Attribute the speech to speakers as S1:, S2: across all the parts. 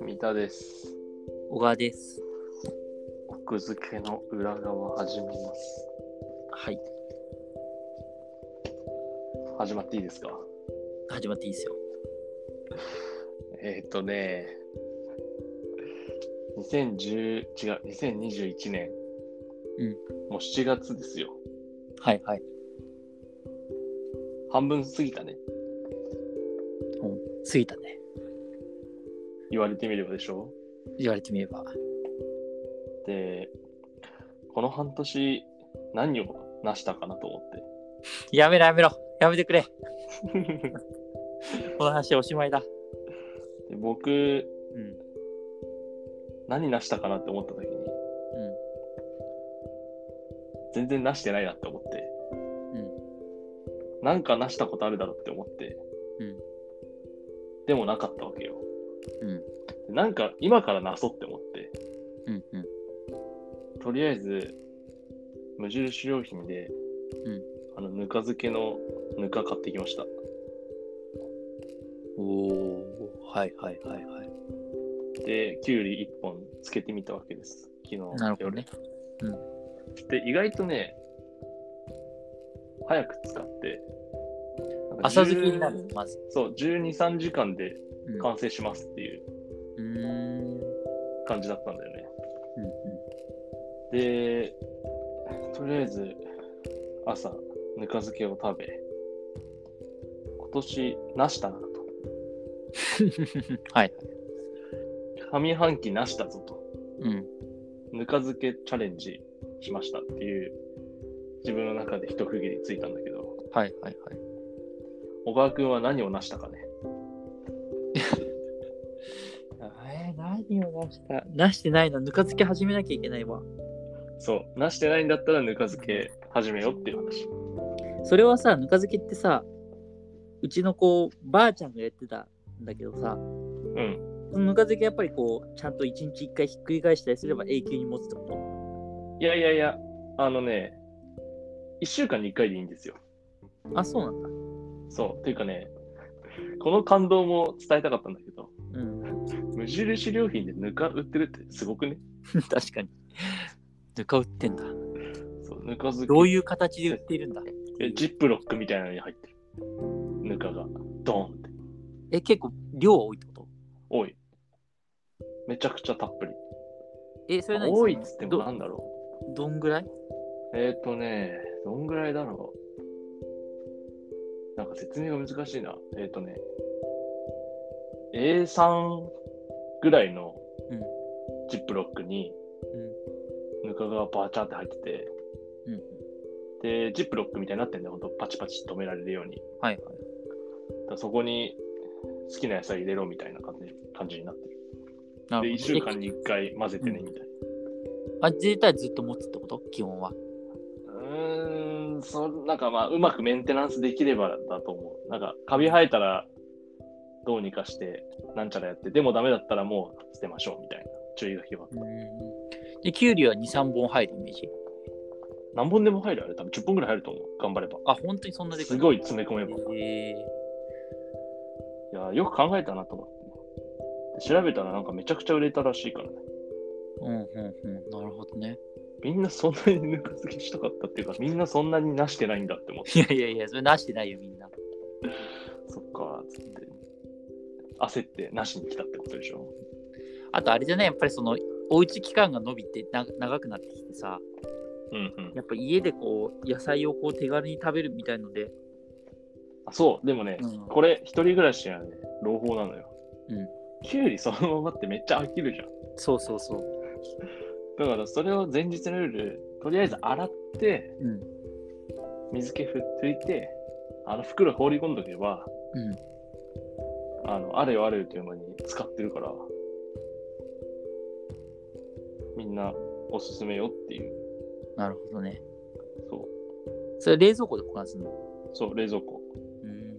S1: 三田です。
S2: 小川です。
S1: 奥付けの裏側始めます。
S2: はい、
S1: 始まっていいですか
S2: 始まっていいですよ。
S1: えーっ、とね、2010、違う、2021年、
S2: うん
S1: もう7月ですよ。
S2: はいはい。
S1: 半分過ぎたね。
S2: 過ぎたね。
S1: 言われてみればでしょ
S2: 言われてみれば。
S1: で、この半年、何を成したかなと思って。
S2: やめろやめろ。やめてくれ。 この話おしまいだ。
S1: で僕、
S2: うん。うん。
S1: 何成したかなって思った時に、全然成してないなって思って、なんか成したことあるだろうって思って、
S2: うん
S1: でもなかったわけよ。
S2: うん
S1: でなんか今からなそうって思って、
S2: うん。うん。
S1: とりあえず、無印良品で、
S2: うん
S1: あの、ぬか漬けのぬか買ってきました。
S2: おお。はいはいはいはい。
S1: で、きゅうり1本つけてみたわけです。昨日夜。
S2: なるほどね。
S1: で、意外とね、早く使って、なんか
S2: 浅
S1: 10
S2: 漬けになる、まず。
S1: そう、12、3時間で
S2: うん。
S1: 完成しますっていう
S2: うーん。
S1: 感じだったんだよね。
S2: うん
S1: で、とりあえず朝、ぬか漬けを食べ、今年、なしたなと。
S2: うん。はい。
S1: 上半期なしたぞと。
S2: うん。
S1: ぬか漬けチャレンジしましたっていう、自分の中で一区切りついたんだけど、
S2: はいはいはい。
S1: 小川君は何をなしたかね。
S2: えー、何を出した出してないな。ぬか漬け始めなきゃいけないわ。
S1: そう、なしてないんだったらぬか漬け始めようっていう話。
S2: それはさ、ぬか漬けってさ、うちのこう、ばあちゃんがやってたんだけどさ、
S1: うん。
S2: そのぬか漬けやっぱりこう、ちゃんと一日一回ひっくり返したりすれば永久に持つってこ
S1: いやいやいや、あのね、1週間に1回でいいんですよ。
S2: とあ、そうなんだ。
S1: そう、っていうかね、この感動も伝えたかったんだけど、
S2: うん。
S1: 無印良品でぬか売ってるってすごくね。
S2: 確かに。ぬか売ってんだ。
S1: そう、ぬか漬け。
S2: どういう形で売っているんだ
S1: えジップロックみたいなのに入ってる。ぬかが、ドーンって。
S2: え、結構量多いってこと
S1: 多い。めちゃくちゃたっぷり。
S2: え、それ何
S1: 多いっつってもな
S2: ど
S1: んだろ。
S2: どんぐらいう
S1: えっ、ー、とね、どんぐらいだろう。なんか説明が難しいな。えっ、ー、とね、A3 ぐらいの
S2: うん
S1: ジップロックに、ぬかがバーチャーって入ってて、
S2: うん。
S1: で、ジップロックみたいになってんだよ、ほんとパチパチ止められるように。
S2: はいは
S1: だ
S2: い。
S1: からそこに好きな野菜入れろみたいな感じ感じになってる。
S2: な
S1: で、
S2: る
S1: 1
S2: ほ
S1: 週
S2: ど。
S1: 間に1回混ぜてね、
S2: うん
S1: みたいな。
S2: あ、自体ずっと持つってこと基本は。
S1: うーん、そなんかまあ、うまくメンテナンスできればだと思う。なんか、カビ生えたらどうにかして、なんちゃらやって、でもダメだったらもう捨てましょうみたいな注意書きは。
S2: うん。で、キュウリは2、3本入るイメージ。
S1: 何本でも入るあれ、多分10本ぐらい入ると思う。頑張れば。
S2: あ、本当にそんなでかい
S1: すごい詰め込めば。
S2: え
S1: いやー、よく考えたなと思って。で調べたらなんかめちゃくちゃ売れたらしいからね。
S2: ー、うんうんうん。なるほどね。
S1: みんなそんなにぬか漬けしたかったっていうか、みんなそんなになしてないんだって思って、
S2: いやいやいや、それなしてないよ、みんな。
S1: そっか、つって。焦ってなしに来たってことでしょ。
S2: あとあれじゃないやっぱりそのおうち期間が伸びてな長くなってきてさ
S1: うんうん。
S2: やっぱ家でこう野菜をこう手軽に食べるみたいので、
S1: あそう、でもね、
S2: うん
S1: これ、一人暮らしはね、朗報なのよ。
S2: うん
S1: きゅうりそのままってめっちゃ飽きるじゃん。
S2: そうそうそう、
S1: だから、それを前日の夜、とりあえず洗って、
S2: うん
S1: 水気ふっついて、あの袋に放り込んどけば、
S2: うん、
S1: あの、あれよあれよという間に使ってるから、みんなおすすめよっていう。
S2: なるほどね
S1: そ
S2: それ冷蔵庫で保管するの
S1: う、そう、冷蔵庫。
S2: うん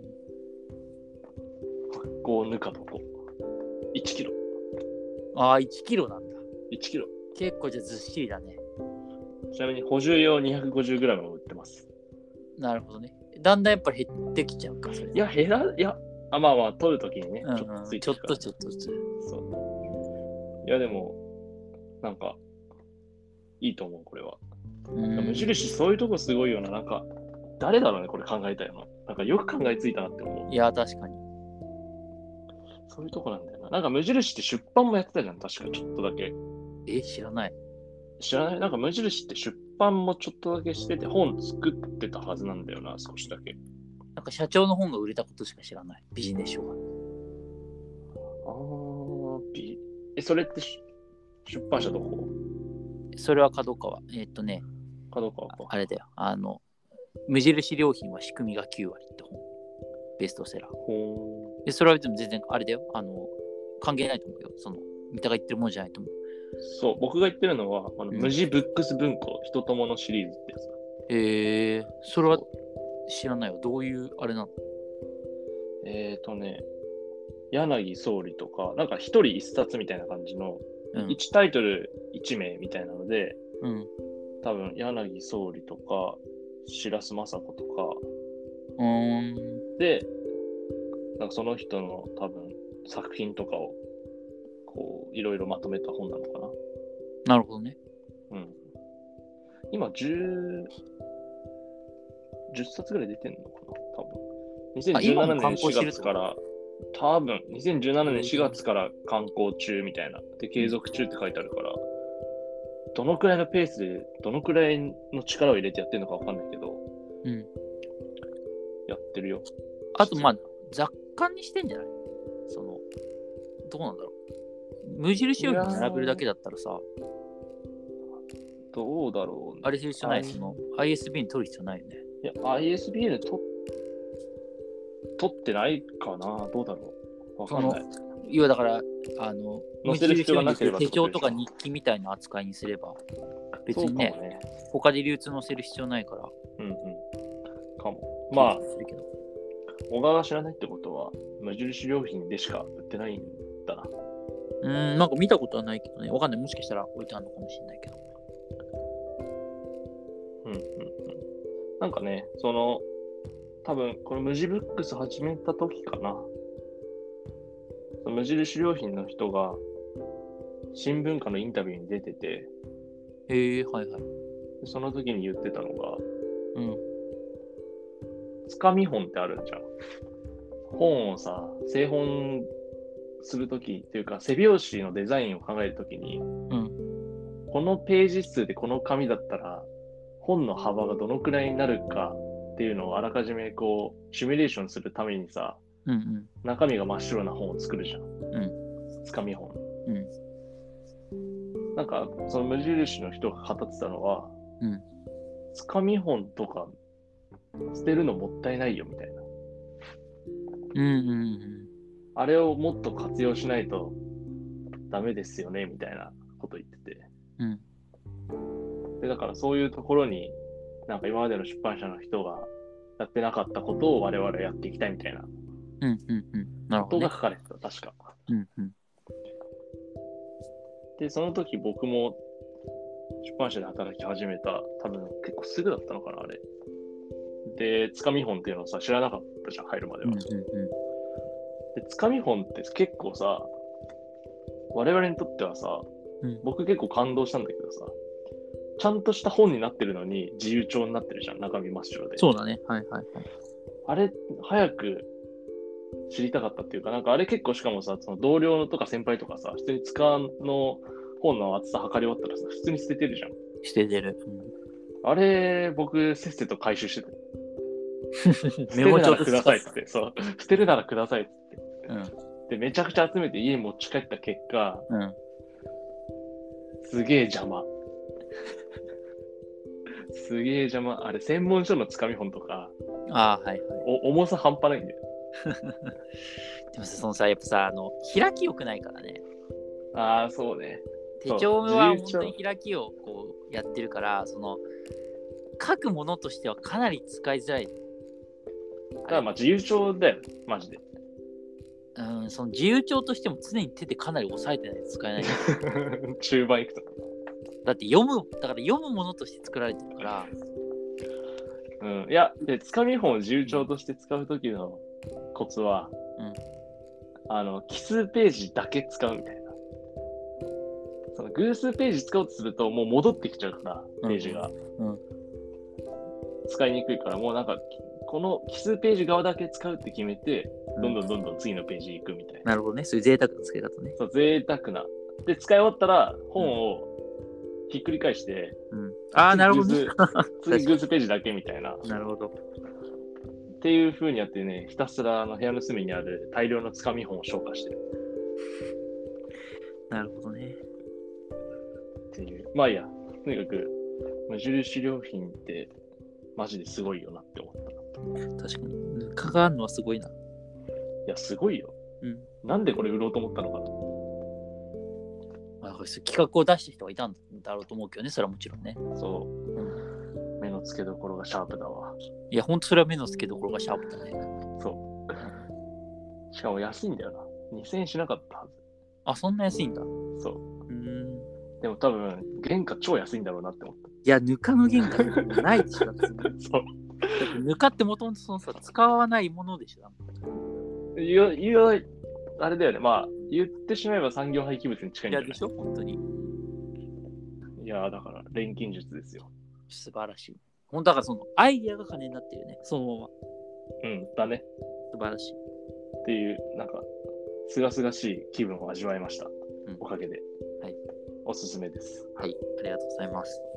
S1: 発酵ぬか床。1キロ。
S2: ああ1キロなんだ
S1: 1キロ。
S2: 結構じゃあずっしりだね
S1: ちなみに補充用250グラムを売ってます。
S2: なるほどねだんだんやっぱり減ってきちゃうか、それ。
S1: いや、減ら、いや、あまあまあ、取るときにね、
S2: うんうん、
S1: ちょっとつい
S2: ちょ
S1: て
S2: っ
S1: くから
S2: とちょっとずつ。
S1: そう。いや、でも、なんか、いいと思う、これは。
S2: うん
S1: 無印、そういうとこすごいよな。なんか、誰だろうね、これ考えたよな。なんか、よく考えついたなって思う。
S2: いや、確かに。
S1: そういうとこなんだよな。なんか、無印って出版もやってたじゃん、確か、ちょっとだけ。
S2: え、知らない。
S1: 知らないなんか、無印って出版もちょっとだけしてて、本作ってたはずなんだよな、少しだけ。
S2: なんか社長の本が売れたことしか知らない。ビジネス書が。
S1: あー、びえ、それってし出版社どこ
S2: それは角川。えっとね、
S1: かどうか
S2: あ
S1: か。
S2: あれだよ。あの、無印良品は仕組みが9割って本。ベストセラー。
S1: ほー
S2: で、それはでも全然あれだよ。あの、関係ないと思うよ。その、三田が言ってるもんじゃないと思う。
S1: そう、僕が言ってるのは、あの
S2: うん
S1: 無地ブックス文庫、人とものシリーズってやつだ。
S2: えー、それは知らないよ。どういうあれなの
S1: えっ、ー、とね、柳総理とか、なんか一人一冊みたいな感じの、
S2: うん。
S1: 1タイトル1名みたいなので、
S2: うん。
S1: 多分柳総理とか、白洲雅子とか、
S2: うーん。
S1: で、なんかその人の多分作品とかを、こう、いろいろまとめた本なのかな。
S2: なるほどね。
S1: うん。今、10、10冊ぐらい出てんのかな多分。
S2: あ今
S1: 2017
S2: も
S1: 年
S2: 刊行して
S1: 4
S2: るっ
S1: 月
S2: てこと
S1: から、多分、2017年4月から刊行中みたいな。で、継続中って書いてあるから、どのくらいのペースで、どのくらいの力を入れてやってるのかわかんないけど、
S2: うん。
S1: やってるよ。
S2: あと、まあ、雑感にしてんじゃないその、どうなんだろう。無印良品に並べるだけだったらさ、
S1: どうだろうね
S2: あれする必要ない、
S1: はい
S2: その、ISB に取る必要ないよね。
S1: いや、ISBN と取ってないかなどうだろうわかんない。
S2: 要はだから、あの、
S1: 載せる必要がなければ
S2: 無印良品って手帳とか日記みたいな扱いにすれば、別
S1: そう
S2: に
S1: かも
S2: ね、
S1: ね。
S2: 他で流通載せる必要ないから、
S1: うんうん。かも。まあ、
S2: するけど
S1: 小川が知らないってことは、無印良品でしか売ってないんだな。
S2: うーん、なんか見たことはないけどね、わかんない。もしかしたら置いてあるのかもしれないけど。
S1: うんうんうん。なんかね、その、多分この無地ブックス始めた時かな。無印良品の人が、新聞課のインタビューに出てて、
S2: へえ、はいはい。
S1: その時に言ってたのが、
S2: うん。
S1: つかみ本ってあるじゃん。本をさ、製本するときっていうか、背表紙のデザインを考えるときに、このページ数でこの紙だったら、本の幅がどのくらいになるかっていうのをあらかじめこう、シミュレーションするためにさ、
S2: うん
S1: 中身が真っ白な本を作るじゃん。つかみ本。
S2: うん
S1: なんか、その無印の人が語ってたのは、
S2: うん
S1: つかみ本とか捨てるのもったいないよみたいな。
S2: うん。うんうん
S1: あれをもっと活用しないとダメですよね、みたいなこと言ってて。
S2: うん。
S1: で、だからそういうところに、なんか今までの出版社の人がやってなかったことを我々はやっていきたいみたいな
S2: うん。うんうんうん。なる
S1: こと
S2: ほ
S1: が
S2: ど、ね。
S1: 書かれてた、確か。
S2: うんうん。
S1: で、その時僕も出版社で働き始めた、多分結構すぐだったのかな、あれ。で、つかみ本っていうのをさ、知らなかったじゃん、入るまで
S2: う
S1: は。
S2: んうんうん。
S1: で、つかみ本って結構さ、我々にとってはさ、
S2: うん
S1: 僕結構感動したんだけどさ、ちゃんとした本になってるのに自由帳になってるじゃん、中身真っ白で。
S2: そうだね。はいはいはい。
S1: あれ、早く知りたかったっていうか、なんかあれ結構しかもさ、その同僚のとか先輩とかさ、普通につかの本の厚さ測り終わったらさ、普通に捨ててるじゃん。
S2: して出る。
S1: あれ、僕、せっせと回収してた。
S2: うん、
S1: 捨て
S2: メ
S1: る
S2: モ
S1: な
S2: 帳
S1: ら
S2: と
S1: くださいっつって、そう、捨てるならくださいっつって。
S2: うん
S1: で、めちゃくちゃ集めて家に持ち帰った結果、
S2: うん。
S1: すげえ邪魔。すげえ邪魔。あれ、専門書のつかみ本とか、
S2: ああ、はいはい。
S1: お重さ半端ないんだよ。
S2: でもさ、そのさ、やっぱさ、あの、開き良くないからね。
S1: ああ、そうね。
S2: 手帳は
S1: そう
S2: 本
S1: 自由帳
S2: 当に開きをこうやってるから、その、書くものとしてはかなり使いづらい。
S1: ただ、まあ、自由帳だよ、マ ジで。
S2: うん、その自由帳としても常に手でかなり押さえてないと使え ない。
S1: 中盤いくと。
S2: だって読む、だから読むものとして作られてるから、
S1: ううん、いや、で、つかみ本を重調として使うときのコツは、
S2: うん
S1: あの、奇数ページだけ使うみたいな。その偶数ページ使おうとすると、もう戻ってきちゃうから、ページが。
S2: うんうん
S1: 使いにくいから、もうなんか、この奇数ページ側だけ使うって決めて、どんどんどんどん次のページ行くみたいな。
S2: なるほどね。そういう贅沢な付け方ね。
S1: そう贅沢な。で、使い終わったら、本をひっくり返して、
S2: うん。ああ、なるほどね。
S1: 次、グーズページだけみたいな。
S2: なるほど。
S1: っていう風にやってね、ひたすらあの部屋の隅にある大量のつかみ本を消化してる
S2: なるほどね。
S1: っていう。まあいいや、とにかく、無印良品って、マジですごいよなって思った。い
S2: 確かに。かかんのはすごいな。
S1: や、すごいよ。
S2: うん。
S1: なんでこれ売ろうと思ったのかな。
S2: まあ、これそういう企画を出した人がいたんだろうと思うけどね、それはもちろんね。
S1: そう。目の付けどころがシャープだわ。
S2: いや、ほんとそれは目の付けどころがシャープだね。
S1: しかも安いんだよな。2000円しなかったは
S2: あ、そんな安いんだ。う
S1: ず。そう。
S2: ーん。
S1: でも多分、原価超安いんだろうなって思っ
S2: いや、ぬかの原価なんてないで しょ。だって
S1: た。そう。
S2: ぬかってもともとそのさ、使わないものでしょ。
S1: 言う、言う、あれだよね。まあ、言ってしまえば産業廃棄物に近いんじ
S2: いや、
S1: ゃない
S2: でしょ本当に。
S1: いやー、だから、錬金術ですよ。
S2: 素晴らしい。ほんとだからそのアイディアが金になってるよね。そのまま。
S1: うん、だね。
S2: 素晴らしい。
S1: っていう、なんか、すがすがしい気分を味わいました。
S2: ん
S1: おかげで。
S2: はい。
S1: おすすめです。
S2: はい、ありがとうございます。